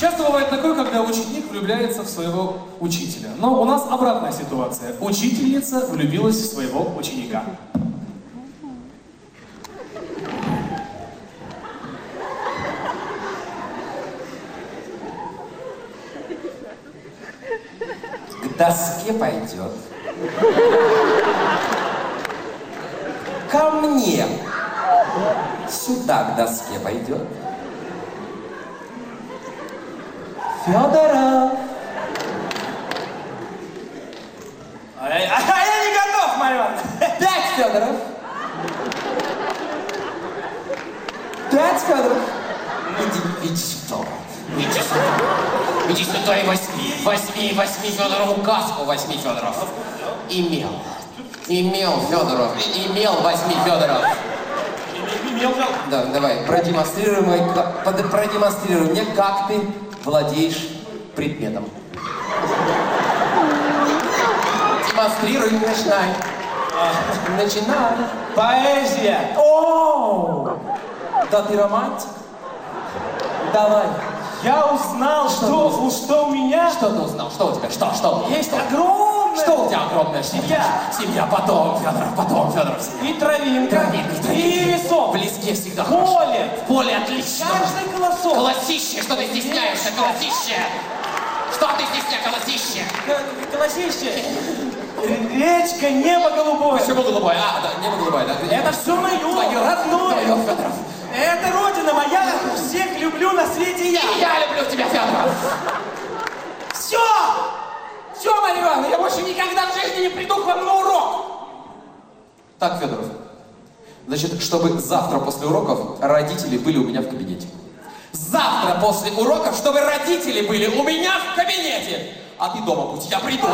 Часто бывает такое, когда ученик влюбляется в своего учителя. Но у нас обратная ситуация. Учительница влюбилась в своего ученика. К доске пойдет. Ко мне. Сюда к доске пойдет. Федоров. А я, а я не готов, Марион! Пять Федоров. Пять Федоров. Иди, иди сюда. Иди сюда. Иди сюда и возьми. Возьми, возьми Федорову каску, возьми Федоров. Имел. Имел Федоров. Имел, возьми Федоров. Имел же. Да, давай, продемонстрируй, мой, ка- под- продемонстрируй мне, как ты владеешь предметом. Демонстрируй, начинай. Начинай. Поэзия! О, да ты романтик. Давай. Я узнал, что, у- что у меня Что ты узнал? Что у тебя? Что? Что? Есть? Что? огромная Что у тебя огромная семья? Семья. Потом, Федоров, потом, Федоров. и травинка, Травинка, и травинка. лесок. Близки всегда хорошо. Поле. В поле отлично. Каждый колосок. Колосище, что ты стесняешься, колосище? Что ты стесняешься, колосище? К- Колосище. Речка, небо голубое. Почему голубой? А, да, небо голубое, да. Это все мое, Твое, твое, родное. Федоров. Это родина моя, всех люблю на свете я. И я люблю тебя, Федоров. Все! Все, Марья Ивановна, я больше никогда в жизни не приду к вам на урок. Так, Федоров. Значит, чтобы завтра после уроков родители были у меня в кабинете. Завтра после уроков, чтобы родители были у меня в кабинете. А ты дома будь, я приду.